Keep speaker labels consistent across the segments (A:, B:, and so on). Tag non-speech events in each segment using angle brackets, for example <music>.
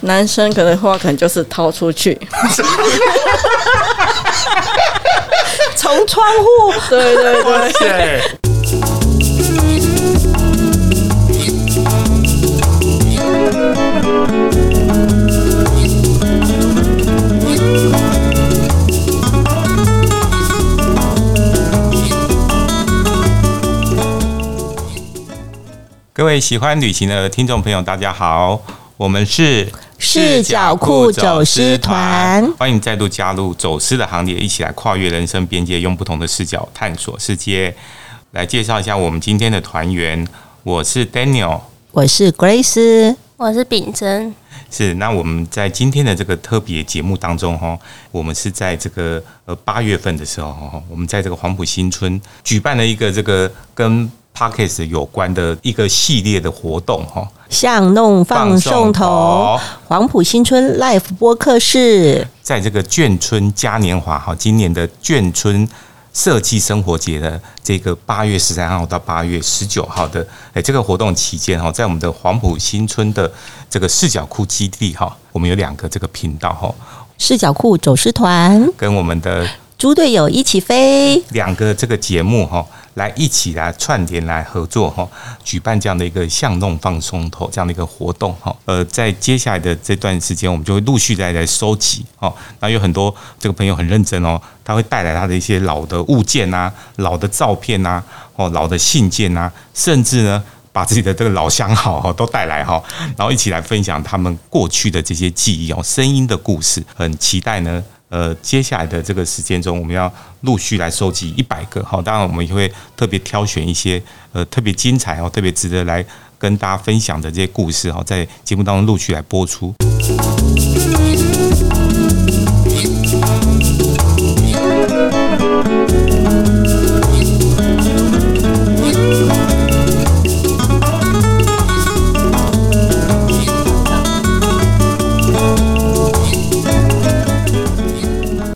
A: 男生可能话可能就是掏出去， <laughs>
B: 从窗户
A: 对对
C: 哇
A: 对，
C: 塞，各位喜欢旅行的呃听众朋友，大家好，我们是
B: 视角酷走私团
C: 欢迎再度加入走私的行列，一起来跨越人生边界，用不同的视角探索世界。来介绍一下我们今天的团员，我是 Daniel，
B: 我是 Grace，
D: 我是秉真，
C: 是那我们在今天的这个特别节目当中哈，我们是在这个呃八月份的时候哈，我们在这个黄埔新村举办了一个这个跟 Parkes 有关的一个系列的活动哈，
B: 巷弄放送头，黄埔新村 Life 播客室，
C: 在这个眷村嘉年华哈，今年的眷村设计生活节的这个八月十三号到八月十九号的诶这个活动期间哈，在我们的黄埔新村的这个视角库基地哈，我们有两个这个频道哈，
B: 视角库走失团，
C: 跟我们的
B: 猪队友一起飞，
C: 两个这个节目哈，来一起来串联来合作哈，举办这样的一个巷弄放松头这样的一个活动哈。呃，在接下来的这段时间，我们就会陆续来来收集哦。那有很多这个朋友很认真哦，他会带来他的一些老的物件啊、老的照片啊、哦老的信件啊，甚至呢。把自己的这个老相好哈都带来哈，然后一起来分享他们过去的这些记忆哦，声音的故事，很期待呢。呃，接下来的这个时间中，我们要陆续来收集一百个哈，当然我们也会特别挑选一些呃特别精彩哦，特别值得来跟大家分享的这些故事哈，哦在节目当中陆续来播出。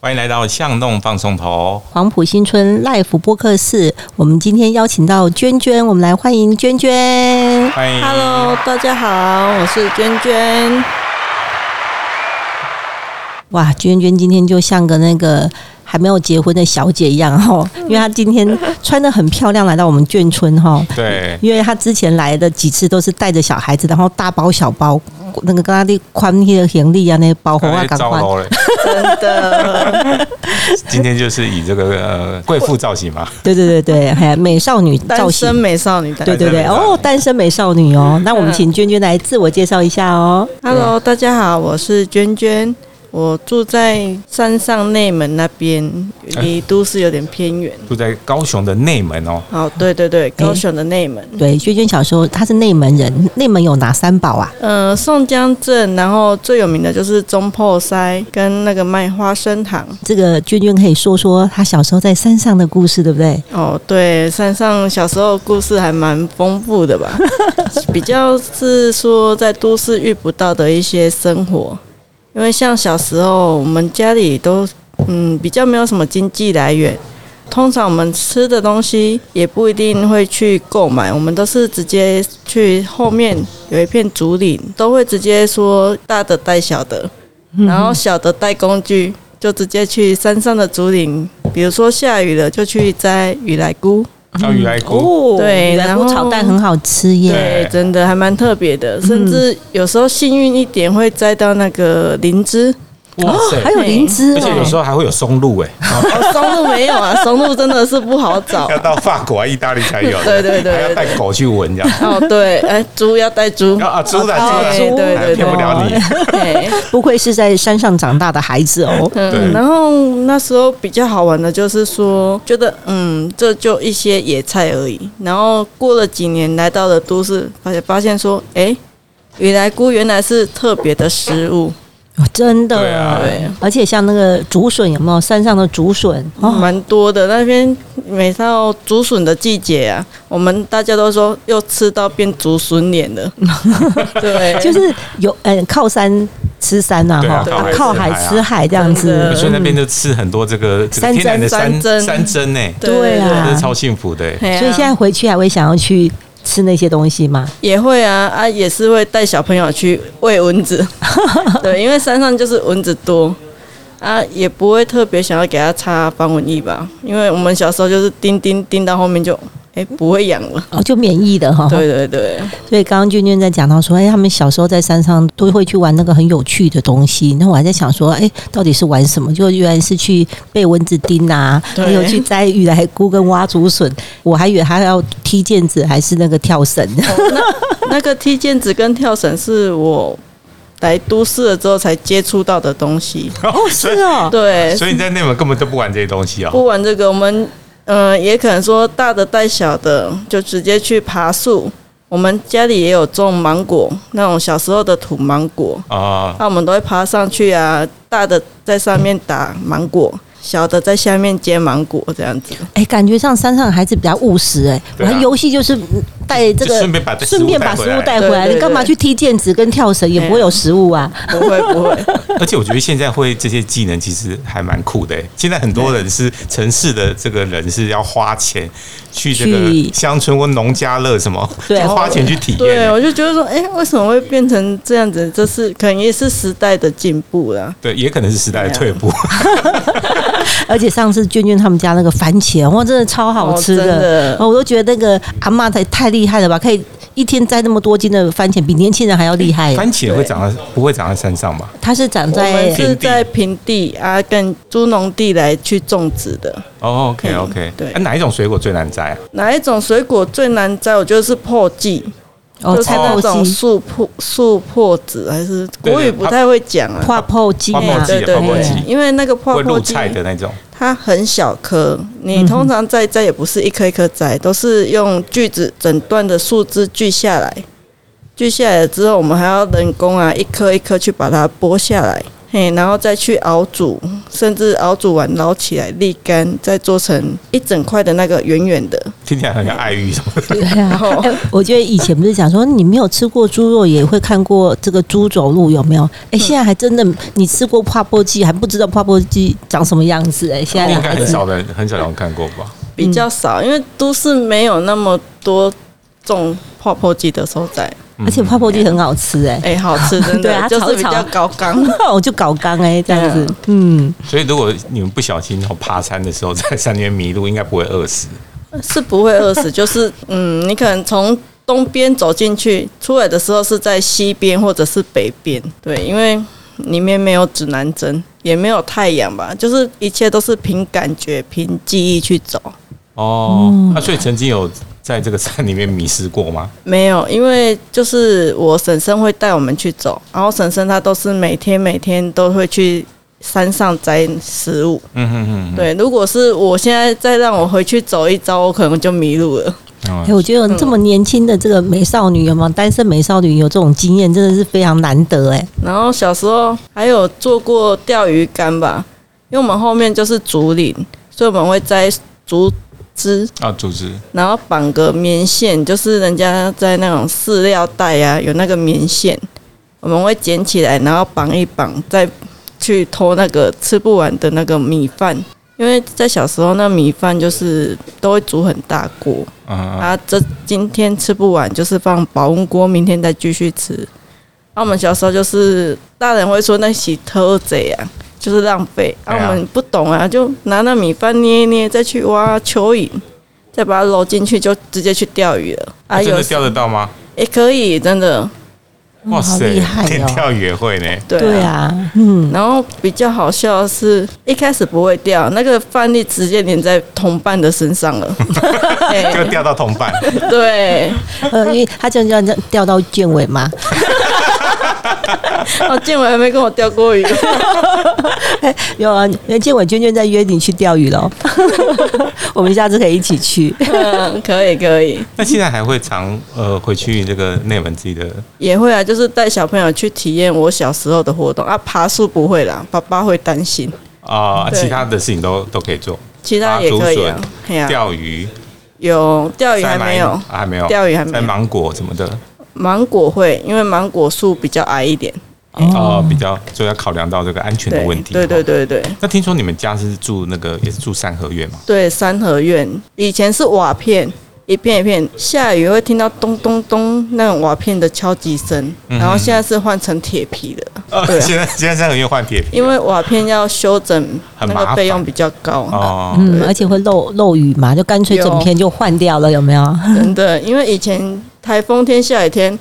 C: 欢迎来到巷弄放松头，
B: 黄埔新村 Life 播客室。我们今天邀请到娟娟，我们来欢迎娟娟。
C: 欢迎
A: Hello，大家好，我是娟娟。
B: 哇，娟娟今天就像个那个还没有结婚的小姐一样哈，因为她今天穿的很漂亮来到我们眷村哦哈。
C: 对，
B: 因为她之前来的几次都是带着小孩子，然后大包小包，那个跟她的宽那个行李啊，那个包红啊，
C: 哎
B: 赶
C: 糟 <laughs>
B: 快。
C: 糕了，
A: 真的，
C: 今天就是以这个呃贵妇造型嘛，
B: 对对对对，还有美少女造
A: 单身
B: 型。
A: 美少女的。
B: 对对对，
C: 单身美少女
B: 哦，单身美少女哦，那我们请娟娟来自我介绍一下哦。
A: Hello，大家好，我是娟娟，我住在山上内门那边，
B: 哎
A: 离都市有点偏远。
C: 住在高雄的内门哦，
A: 哦，对对
B: 哎
A: 对，高雄的内
C: 嗯
A: 门，
B: 对，娟娟小时候她是内门人，内门有哪三宝啊？
A: 呃，宋江镇，然后最有名的就是中破塞跟那个卖花生糖。
B: 这个娟娟可以说说她小时候在山上的故事，对不对？
A: 哦，对，山上小时候故事还蛮丰富的吧，比较是说在都市遇不到的一些生活，因为像小时候我们家里都嗯比较没有什么经济来源，通常我们吃的东西也不一定会去购买，我们都是直接去后面有一片竹林，都会直接说大的带小的，然后小的带工具，就直接去山上的竹林，比如说下雨了就去摘雨来菇，
C: 到雨来菇，
B: 哦
A: 对
B: 然
A: 然后
B: 后炒蛋很好吃耶。
C: 对
A: 对，哎真的还蛮特别的，甚至有时候幸运一点会摘到那个灵芝，
C: 哇塞
B: 还！有灵芝
C: <laughs> 而且有时
B: 哦，
C: 候还会有松露哎，
A: <laughs> 哦，松露没有啊，松露真的是不好 <laughs> 找
C: <laughs> 要。到法国啊、意大利才有，
A: <laughs> 对对对
C: 还要带狗去闻这样。
A: <laughs> 哦，对，哎，猪要带 <laughs> 猪，
C: 啊啊，猪的
A: 对哦
C: 猪
A: 对
C: 的，哎
A: 对
C: 骗不了你。
A: 对，
B: 不愧是在山上长大的孩子哦。
C: <laughs> 对啊
A: 嗯，然后那时候比较好玩的就是说，觉得嗯，这就一些野菜而已。然后过了几年，来到了都市，发现发现说，哎，雨来菇原来是特别的食物，
B: 哦真的，
C: 对啊
A: 对
B: 而且像那个竹笋有没有？山上的竹笋哦，
A: 蛮多的。那边每到竹笋的季节啊，我们大家都说又吃到变竹笋脸
B: <laughs>
A: 了，对，
B: 就是有嗯靠山吃山呐、
C: 对啊
B: 哈、
C: 靠海
B: 靠海
C: 吃海啊
B: 吃海这样
A: 真
B: 子
A: 的。
C: 所以那边就吃很多这个这个
B: 山
C: 天然的
A: 珍
C: 山
A: 山珍
C: 山珍呢，哎
A: 对
B: 啊
C: 真的超幸福的
A: <laughs>
C: 欸。
A: 嘿啊
B: 所以现在回去还会想要去吃那些东西吗？
A: 也会啊啊，也是会带小朋友去喂蚊
C: <laughs>
A: 子，对，因为山上就是蚊子多啊，也不会特别想要给它擦防蚊液吧，因为我们小时候就是叮叮叮到后面就哎、不会痒了，
B: 哦，就免疫的哈、
A: 对对
C: <laughs>
A: 对，
B: 所以刚刚娟娟在讲到说，哎，他们小时候在山上都会去玩那个很有趣的东西。那我还在想说，哎，到底是玩什么？就原来是去被蚊子叮啊，
A: 对
B: 还有去摘雨来菇跟挖竹笋。我还以为他要踢毽子，还是那个跳绳。
A: 那个踢毽子跟跳绳是我来都市了之后才接触到的东西，
B: <laughs> 哦，是哦，
A: 对，
C: 所以你在内蒙根本都不玩这些东西哦。
A: 不玩这个，我们呃也可能说大的带小的，就直接去爬树。我们家里也有种芒果，那种小时候的土芒果，
C: 啊、
A: 那我们都会爬上去啊，大的在上面打芒果，小的在下面接芒果这样子。
B: 哎，感觉上山上的孩子比较务实哎、
C: 对啊
B: 玩游戏就是嗯带这
C: 就
B: 个
C: 顺便把这食物
B: 顺便把食物带回
A: 对
B: 来，
A: 对对
B: 你干嘛去踢毽子跟跳绳？也不会有食物啊。
A: 不会不会，
C: 而且我觉得现在会这些技能其实还蛮酷的欸。现在很多人是城市的这个人是要花钱去这
B: 去
C: 个乡村或农家乐什么，
B: 对
C: 就花钱去体验
A: 啊对
C: 欸。
A: 我就觉得说，哎、为什么会变成这样子？这是可能也是时代的进步啦。
C: 对，也可能是时代的退步。
B: 而且上次娟娟他们家那个番茄，哇，真的超好吃
A: 哦真的
B: 哦我都觉得那个阿妈太太厉害了吧，可以一天摘那么多斤的番茄，比年轻人还要厉害。
C: 哎番茄会长在不会长在山上吧？
B: 它是长
A: 我们
B: 在
A: 是在平地啊，跟猪农地来去种植的。
C: 哦、o k OK，
A: 嗯对
C: 啊哪一种水果最难摘啊？
A: 哪一种水果最难摘？我觉得是破季，
B: 哦，
A: 就是
B: 菜
A: 那
B: 泡
A: 种
B: 鸡，
A: 树破树破子，还是
C: 对对
A: 国语不太会讲啊。
B: 泡泡鸡
C: 泡泡
B: 啊
C: 鸡，
A: 对对
C: 泡泡
B: 鸡
A: 对，因为那个泡
C: 会
A: 泡
C: 露
A: 季
C: 菜的那种。
A: 它很小颗，
B: 嗯
A: 你通常摘摘也不是一颗一颗摘，都是用锯子整段的树枝锯下来，锯下来了之后，我们还要人工啊一颗一颗去把它剥下来，嘿，然后再去熬煮，甚至熬煮完捞起来沥干，再做成一整块的那个圆圆的。
C: 听起来很像爱玉什么
B: <laughs>
C: 的，
B: 对啊，哎我觉得以前不是讲说你没有吃过猪肉，也会看过这个猪走路有没有？
C: 嗯
B: 哎，现在还真的，你吃过泡泡鸡还不知道泡泡鸡长什么样子哎，现在
C: 应
B: 的
C: 该
B: 孩
C: 很
B: 子
C: 少人很少人看过吧？
A: 比较少，因为都市没有那么多种泡泡鸡的收在，
C: 嗯
B: 而且泡泡鸡很好吃哎，
A: 哎、好吃，真的，
B: <laughs> 对啊
A: 就是比
B: 炒一炒
A: 较高纲。
C: 嗯
B: <laughs> 我就搞刚哎这样
A: 对
B: 子
A: 啊，
B: 嗯。
C: 所以如果你们不小心然后爬山的时候在山里面迷路，应该不会饿死。
A: <laughs> 是不会饿死， <laughs> 就是嗯，你可能从东边走进去，出来的时候是在西边或者是北边，对，因为里面没有指南针，也没有太阳吧，就是一切都是凭感觉、凭记忆去走。
C: 哦，
B: 嗯
C: 那、所以曾经有在这个山里面迷失过吗？
A: 没有，因为就是我婶婶会带我们去走，然后婶婶她都是每天每天都会去山上摘食物。
C: 嗯哼
A: 对，如果是我现在再让我回去走一遭，我可能就迷路了。
C: 哼
B: 哎、我觉
C: 嗯
B: 得这么年轻的这个美少女有没有单身美少女有这种经验，真的是非常难得哎、
A: 然后小时候还有做过钓鱼竿吧，因为我们后面就是竹林，所以我们会摘竹枝，
C: 啊，组织
A: 然后绑个棉线，就是人家在那种饲料袋啊，有那个棉线，我们会捡起来，然后绑一绑，再去偷那个吃不完的那个米饭。因为在小时候，那米饭就是都会煮很大锅，
C: 嗯，
A: 啊，这今天吃不完，就是放保温锅，明天再继续吃。啊，我们小时候就是大人会说那洗偷贼啊，就是浪费。啊，
C: 对啊
A: 我们不懂啊，就拿那米饭捏一捏，再去挖蚯蚓，再把它揉进去，就直接去钓鱼了。啊，
C: 啊真
A: 有
C: 的钓得到吗？
A: 也、可以，真的
C: 哇
B: 好厉害哦
C: 连钓鱼也会呢。
A: 对啊
B: 对啊， <laughs> 嗯，
A: 然后比较好笑的是，一开始不会钓，那个饭粒直接粘在同伴的身上
C: <laughs>
A: 了。 <laughs>
C: 就
A: 哎
C: 钓到同
B: <laughs>
C: 伴， <laughs>
A: 对，
B: 呃，因为她就这样掉到卷尾嘛。
A: 哦，建伟还没跟我钓过
C: <laughs>
A: 鱼。
B: <laughs> 有啊，因为建伟娟娟在约你去钓鱼喽， <laughs> 我们下次可以一起去。
A: 嗯，可以可以。
C: 那现在还会常呃回去这个内蒙自己的
A: 也会啊，就是带小朋友去体验我小时候的活动啊。爬树不会啦，爸爸会担心，
C: 啊、
A: 对
C: 其他的事情都都可以做，
A: 其他也可以啊
C: 爬竹。
A: 嘿啊，
C: 钓鱼、
A: 有钓鱼
C: 摘
A: 还
C: 芒
A: 没有
C: 啊，还没有
A: 钓鱼还没
C: 摘
A: 有
C: 芒果什么的
A: 芒果会，因为芒果树比较矮一点。
C: 哦、比较就要考量到这个安全的
A: 对
C: 问题。哦
A: 对对对对
C: 那听说你们家是住那个也是住三合院嘛？
A: 对，三合院以前是瓦片，一片一片，下雨会听到咚咚咚那种瓦片的敲击声，
C: 嗯
A: 然后现在是换成铁皮的，对、啊，
C: 呃，<laughs> 现在现在三合院换铁皮
A: <laughs> 因为瓦片要修整，那
C: 很麻烦
A: 个费用比较高，
C: 哦，
B: 嗯，而且会漏漏雨嘛，就干脆整片就换掉了，有没 <laughs> 有？
A: 真的，因为以前台风天、下雨天，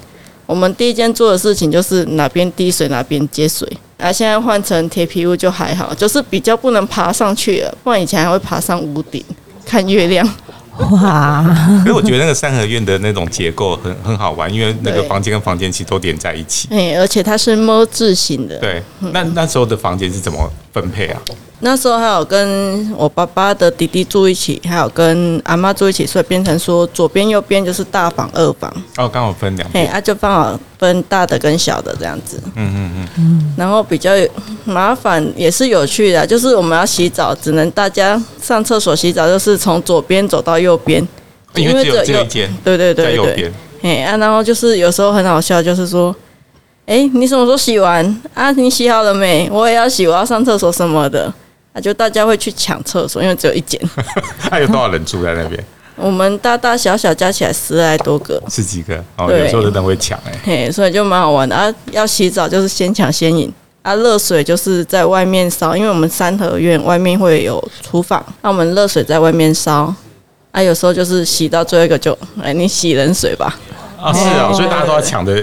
A: 我们第一件做的事情就是哪边滴水哪边接水。啊，现在换成铁皮屋就还好，就是比较不能爬上去了，不然以前还会爬上屋顶看月亮。 <laughs>
B: 哇，
C: 可是我觉得那个三合院的那种结构很很好玩，因为那个
A: 对
C: 房间跟房间其实都连在一
A: <laughs>
C: 起。
A: 哎、而且它是么字形的。
C: 对，那那时候的房间是怎么分配啊？
A: 那时候还有跟我爸爸的弟弟住一起，还有跟阿妈住一起，所以变成说左边右边就是大房、二房。
C: 哦，刚好分两
A: 嘿，
C: 边。
A: 啊，就刚好分大的跟小的这样子。嗯嗯嗯。然后比较麻烦也是有趣的啊，就是我们要洗澡，只能大家上厕所洗澡，就是从左边走到右边，
C: 因为只有只有一间
A: 对对
C: 在
A: 对
C: 右
A: 对。
C: 边， <laughs>
A: 嘿啊，然后就是有时候很好笑，就是说。哎，你什么时候洗完啊？你洗好了没？我也要洗，我要上厕所什么的。啊，就大家会去抢厕所，因为只有一间。
C: 还有多少人住在那边？
A: 我们大大小小加起来十来多个，
C: 十几个哦，
A: 对
C: 有时候真的会抢哎、
A: <laughs> 嘿，所以就蛮好玩的啊。要洗澡就是先抢先赢啊，热水就是在外面烧，因为我们三合院外面会有厨房，那、我们热水在外面烧。啊，有时候就是洗到最后一个就，哎，你洗冷水吧，
C: 哦，是哦，所以大家都要抢着，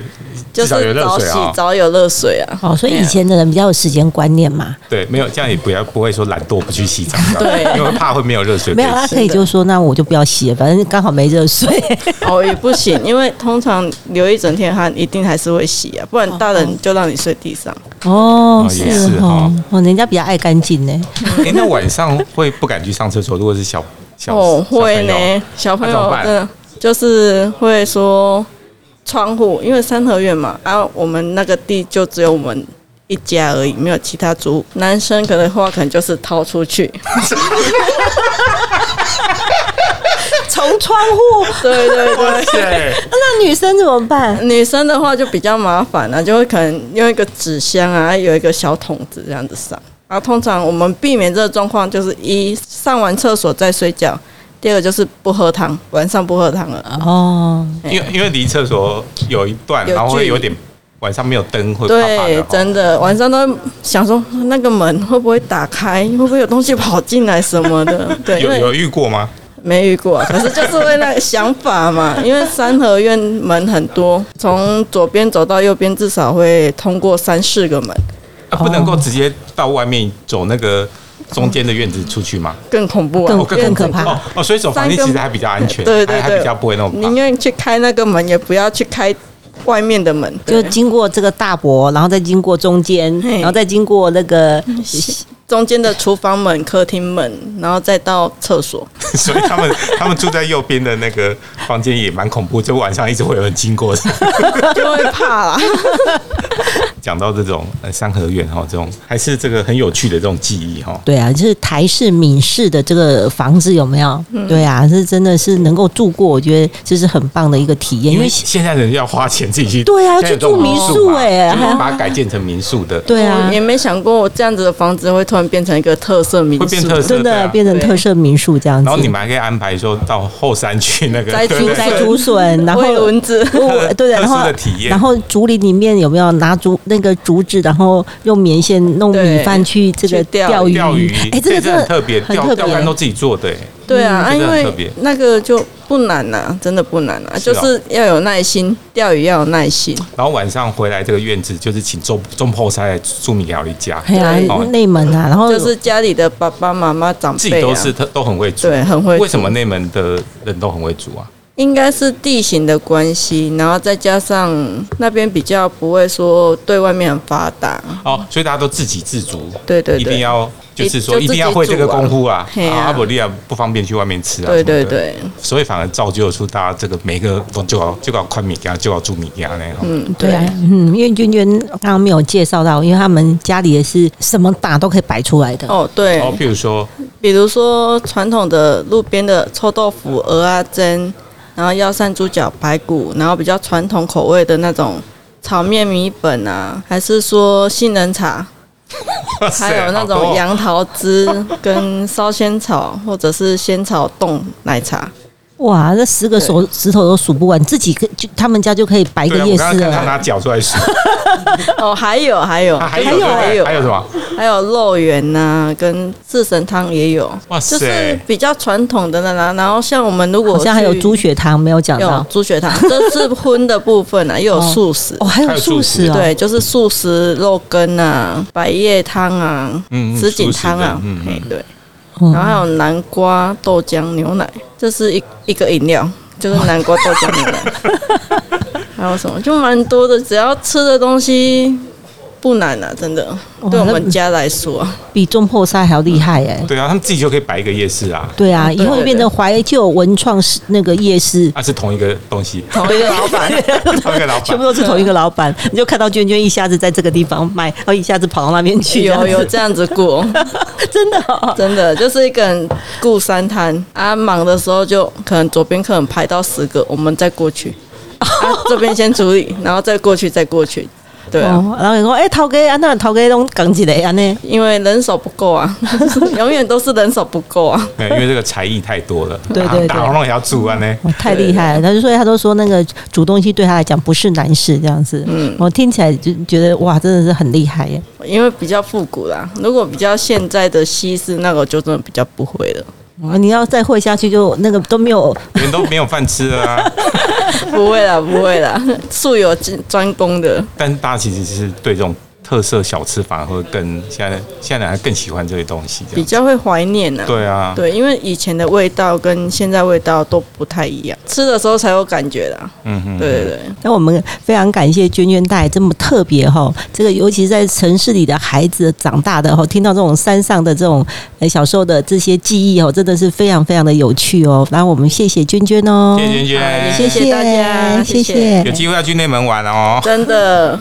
A: 就
C: 至少有
A: 是
C: 热
A: 早
C: 水
A: 洗
C: 啊、
A: 早有热水啊。
B: 哦，所以
A: 对啊
B: 以前的人比较有时间观念嘛，
C: 对，没有这样也不要不会说懒惰不去洗澡，
A: <laughs> 对啊
C: 因为怕会没有热水可
B: 没
C: 以
B: 有，他
C: 洗。
B: 可以就说那我就不要洗了，反正刚好没热水。
A: 哦，也不行，因为通常流一整天汗，一定还是会洗啊，不然大人就让你睡地上。
B: <laughs>
C: 哦
B: 哦
C: 也是
B: 哦
C: 哈，
B: 哦，人家比较爱干净呢。
C: 哎、那晚上会不敢去上厕所？如果是小小
A: 哦，
C: 小朋
A: 会
C: 友
A: 呢，小朋
C: 那怎么
A: 友
C: 办
A: 真的就是会说窗户，因为三合院嘛，啊，我们那个地就只有我们一家而已，没有其他租户。男生可能的话，可能就是掏出去，
B: 从窗户，
A: 对对对。
C: 哇塞，
B: 那女生怎么办？
A: 女生的话就比较麻烦了、就会可能用一个纸箱啊，有一个小桶子这样子上。然后通常我们避免这个状况，就是一上完厕所再睡觉，第二个就是不喝汤，晚上不喝汤了。
B: 哦，
C: 因为因为离厕所有一段，
A: 有
C: 然后会
A: 距离
C: 有点晚上没有灯会怕怕
A: 对
C: 的，哦哈。
A: 真的晚上都想说那个门会不会打开，会不会有东西跑进来什么 <laughs> 的。对，因
C: 有
A: 为
C: 有遇过吗？
A: 没遇过，可是就是为那个想法嘛。因为三合院门很多，从左边走到右边至少会通过三四个门，
C: 啊不能够直接到外面走那个中间的院子出去吗？
A: 更恐怖啊！
B: 更
C: 哦，
B: 更可怕
C: 哦哦，所以走房间其实还比较安全，
A: 对对
C: 还还
A: 对，
C: 比较不会那么怕
A: 宁。愿去开那个门，也不要去开外面的门。对
B: 就经过这个大伯，然后再经过中间，
A: 嘿
B: 然后再经过那个
A: 中间的厨房门、客厅门，然后再到厕
B: <laughs>
A: 所。
C: <laughs> 所以他们他们住在右边的那个房间也蛮恐怖，就晚上一直会有人经过的。 <laughs>
A: 就会怕啦。
C: 讲到这种呃三合院哈，这种还是这个很有趣的这种记忆哈。
B: 对啊，就是台式、闽式的这个房子有没有？对啊，是真的是能够住过，我觉得这是很棒的一个体验，因
C: 因
B: 为
C: 为现在人要花钱自己去，
B: 对啊要去
C: 现在有这种
B: 住民宿
C: 嘛
B: 哎
C: 就
B: 还要
C: 是把它改建成民宿的，
B: 对啊
A: 我，也没想过我这样子的房子会突然变成一个特色民宿，
C: 会变特色
B: 真
C: 对
B: 的
C: 啊
B: 变成特色民宿这样子。
C: 然后你们还可以安排说到后山去
B: <laughs>
C: 那个
A: 摘
C: 对
A: 竹
C: 对
A: 摘
C: 对
B: 摘竹笋，然后嗯
A: 喂蚊子。
B: <laughs> 我对，
C: 特殊
B: 然后
C: 的体验
B: 然后竹林里面有没有拿竹那个竹子，然后用棉线弄米
A: 对
B: 饭去这个
A: 去钓
B: 鱼？
C: 钓鱼，
B: 哎，这个
C: 真
B: 真的
C: 的很特别，
B: 很
C: 钓
B: 特
C: 钓竿都
B: 别。
C: 自己做的，哎
A: 对啊，啊，
C: 嗯这
A: 因
C: 个很特
A: 为
C: 别
A: 那个就不难呐、真的不难啊，
C: 是
A: 就
C: 哦
A: 是要有耐心，钓鱼要有耐心。
C: 然后晚上回来这个院子就是请中中破塞来住米料理家，
B: 哎呀
C: 哦，
B: 内蒙啊，然后
A: 就是家里的爸爸妈妈长
C: 自己
A: 辈、啊
C: 都、是特都很会煮，
A: 对，很会。
C: 为什么？内门的人都很会煮啊？
A: 应该是地形的关系，然后再加上那边比较不会说对外面很发达，
C: 哦，所以大家都自给自足，
A: 对对对
C: 一定要就是说
A: 就
C: 一定要会这个功夫啊，
A: 自己煮啊
C: 啊
A: 嘿啊
C: 阿伯利亚不方便去外面吃啊，
A: 对对
C: 什么的，
A: 对，
C: 所以反而造就出大家这个每个都就要就要宽米家就要煮米家那种，
A: 嗯，
B: 对啊，嗯，因为娟娟刚刚没有介绍到，因为他们家里也是什么打都可以摆出来的。
A: 哦对，
C: 然后譬如说
A: 比如说传统的路边的臭豆腐、鹅啊蒸，然后药膳猪脚、排骨，然后比较传统口味的那种炒面米粉啊，还是说杏仁茶，
C: 哇塞
A: <laughs> 还有那
C: 好
A: 种
C: <laughs> 多
A: 杨桃汁跟烧仙草或者是仙草冻奶茶，
B: 哇，这十个手指头都数不完，自己可就他们家就可以摆一
C: 对
B: 个
C: 啊，
B: 夜
C: 我刚刚
B: 市
C: 看他
B: 了。
C: 拿脚出来数， <laughs>
A: 哦，还有还有
C: 啊还
A: 就
C: 有
A: 是
C: 对不
A: 还
C: 对
A: 有
C: 还有什么？
A: 还有肉圆呐、跟四神汤也有，
C: 哇
A: 就
C: 塞
A: 是！比较传统的啦。然后像我们如果
B: 好像还有
A: 去
B: 猪血啊汤没有讲
A: 有
B: 到
A: 猪血汤， <laughs> 这是荤的部分
B: <laughs>
A: 啊，又有素食。
B: 哦，还
C: 还
B: 有
C: 有
B: 素
C: 素
B: 食
C: 食
B: 哦，
A: 对，就是素食肉羹啊、百叶汤啊、
C: 嗯嗯
A: 什锦汤啊，
C: 素食的嗯嗯
A: 嘿对，
B: 嗯
A: 然后还有南瓜豆浆牛奶，这是一一个饮料，就是南瓜豆浆牛奶。
B: <laughs>
A: 还有什么？就蛮多的，只要吃的东西不难啊，真的。
B: 哇
A: 对我们
B: 哦那
A: 家来说啊，
B: 比中破塞还要厉害哎。
C: 对啊，他们自己就可以摆一个夜市啊，
B: 对啊，以
A: 对
B: 后就
A: 对
B: 变成怀旧文创市那个夜市，
C: 啊那是同一个东西，
A: <laughs> 同一个老板，
C: <laughs> 同一个老
B: <laughs> 全部
C: 板。
B: 都是同一个老板，你就看到娟娟一下子在这个地方卖，然后一下子跑到那边去，
A: 有
B: 这样
A: 有
B: 子
A: 这样子过， <laughs>
B: <laughs> 真的哦
A: 真的就是一个人顾三摊啊，忙的时候就可能左边可能排到十个，我们再过去，
B: <laughs>
A: 啊、这边先处理，然后再过去，再过去，对啊。
B: 哦，然后你说，哎，陶哥啊，那陶哥拢讲起来啊呢？
A: 因为人手不够啊， <laughs> 永远都是人手不够啊。
C: 对因为这个才艺太多了，
B: 对对对
C: 打打红也要煮啊
A: <laughs>
C: 呢。
B: 哇哦太厉害了！他就说，他都说那个煮东西对他来讲不是难事，这样子。嗯，我听起来就觉得哇，真的是很厉害耶！
A: 因为比较复古啦，如果比较现在的西式，那个我就真的比较不会了，
B: 哇哦你要再混下去就，那个都没有
C: 你们都没有饭吃了啊，
A: 不会啦，不会啦，素有专攻的。
C: 但是大家其实是对这种特色小吃反而会更现在现在还更喜欢这些东西这
A: 比
C: 样。
A: 较会怀念呐、
C: 对啊，
A: 对，因为以前的味道跟现在味道都不太一样，吃的时候才有感觉啦。
C: 嗯哼，
A: 对对对，
B: 那我们非常感谢娟娟带来这么特别哈，这个尤其是在城市里的孩子长大的哈，听到这种山上的这种呃小时候的这些记忆哦，真的是非常非常的有趣哦。然后我们谢谢娟娟哦，
C: 谢谢娟
A: 好也
C: 娟，
A: 谢大家谢
B: 谢谢
A: 谢
C: 有机会要去内门玩哦。
A: 真的，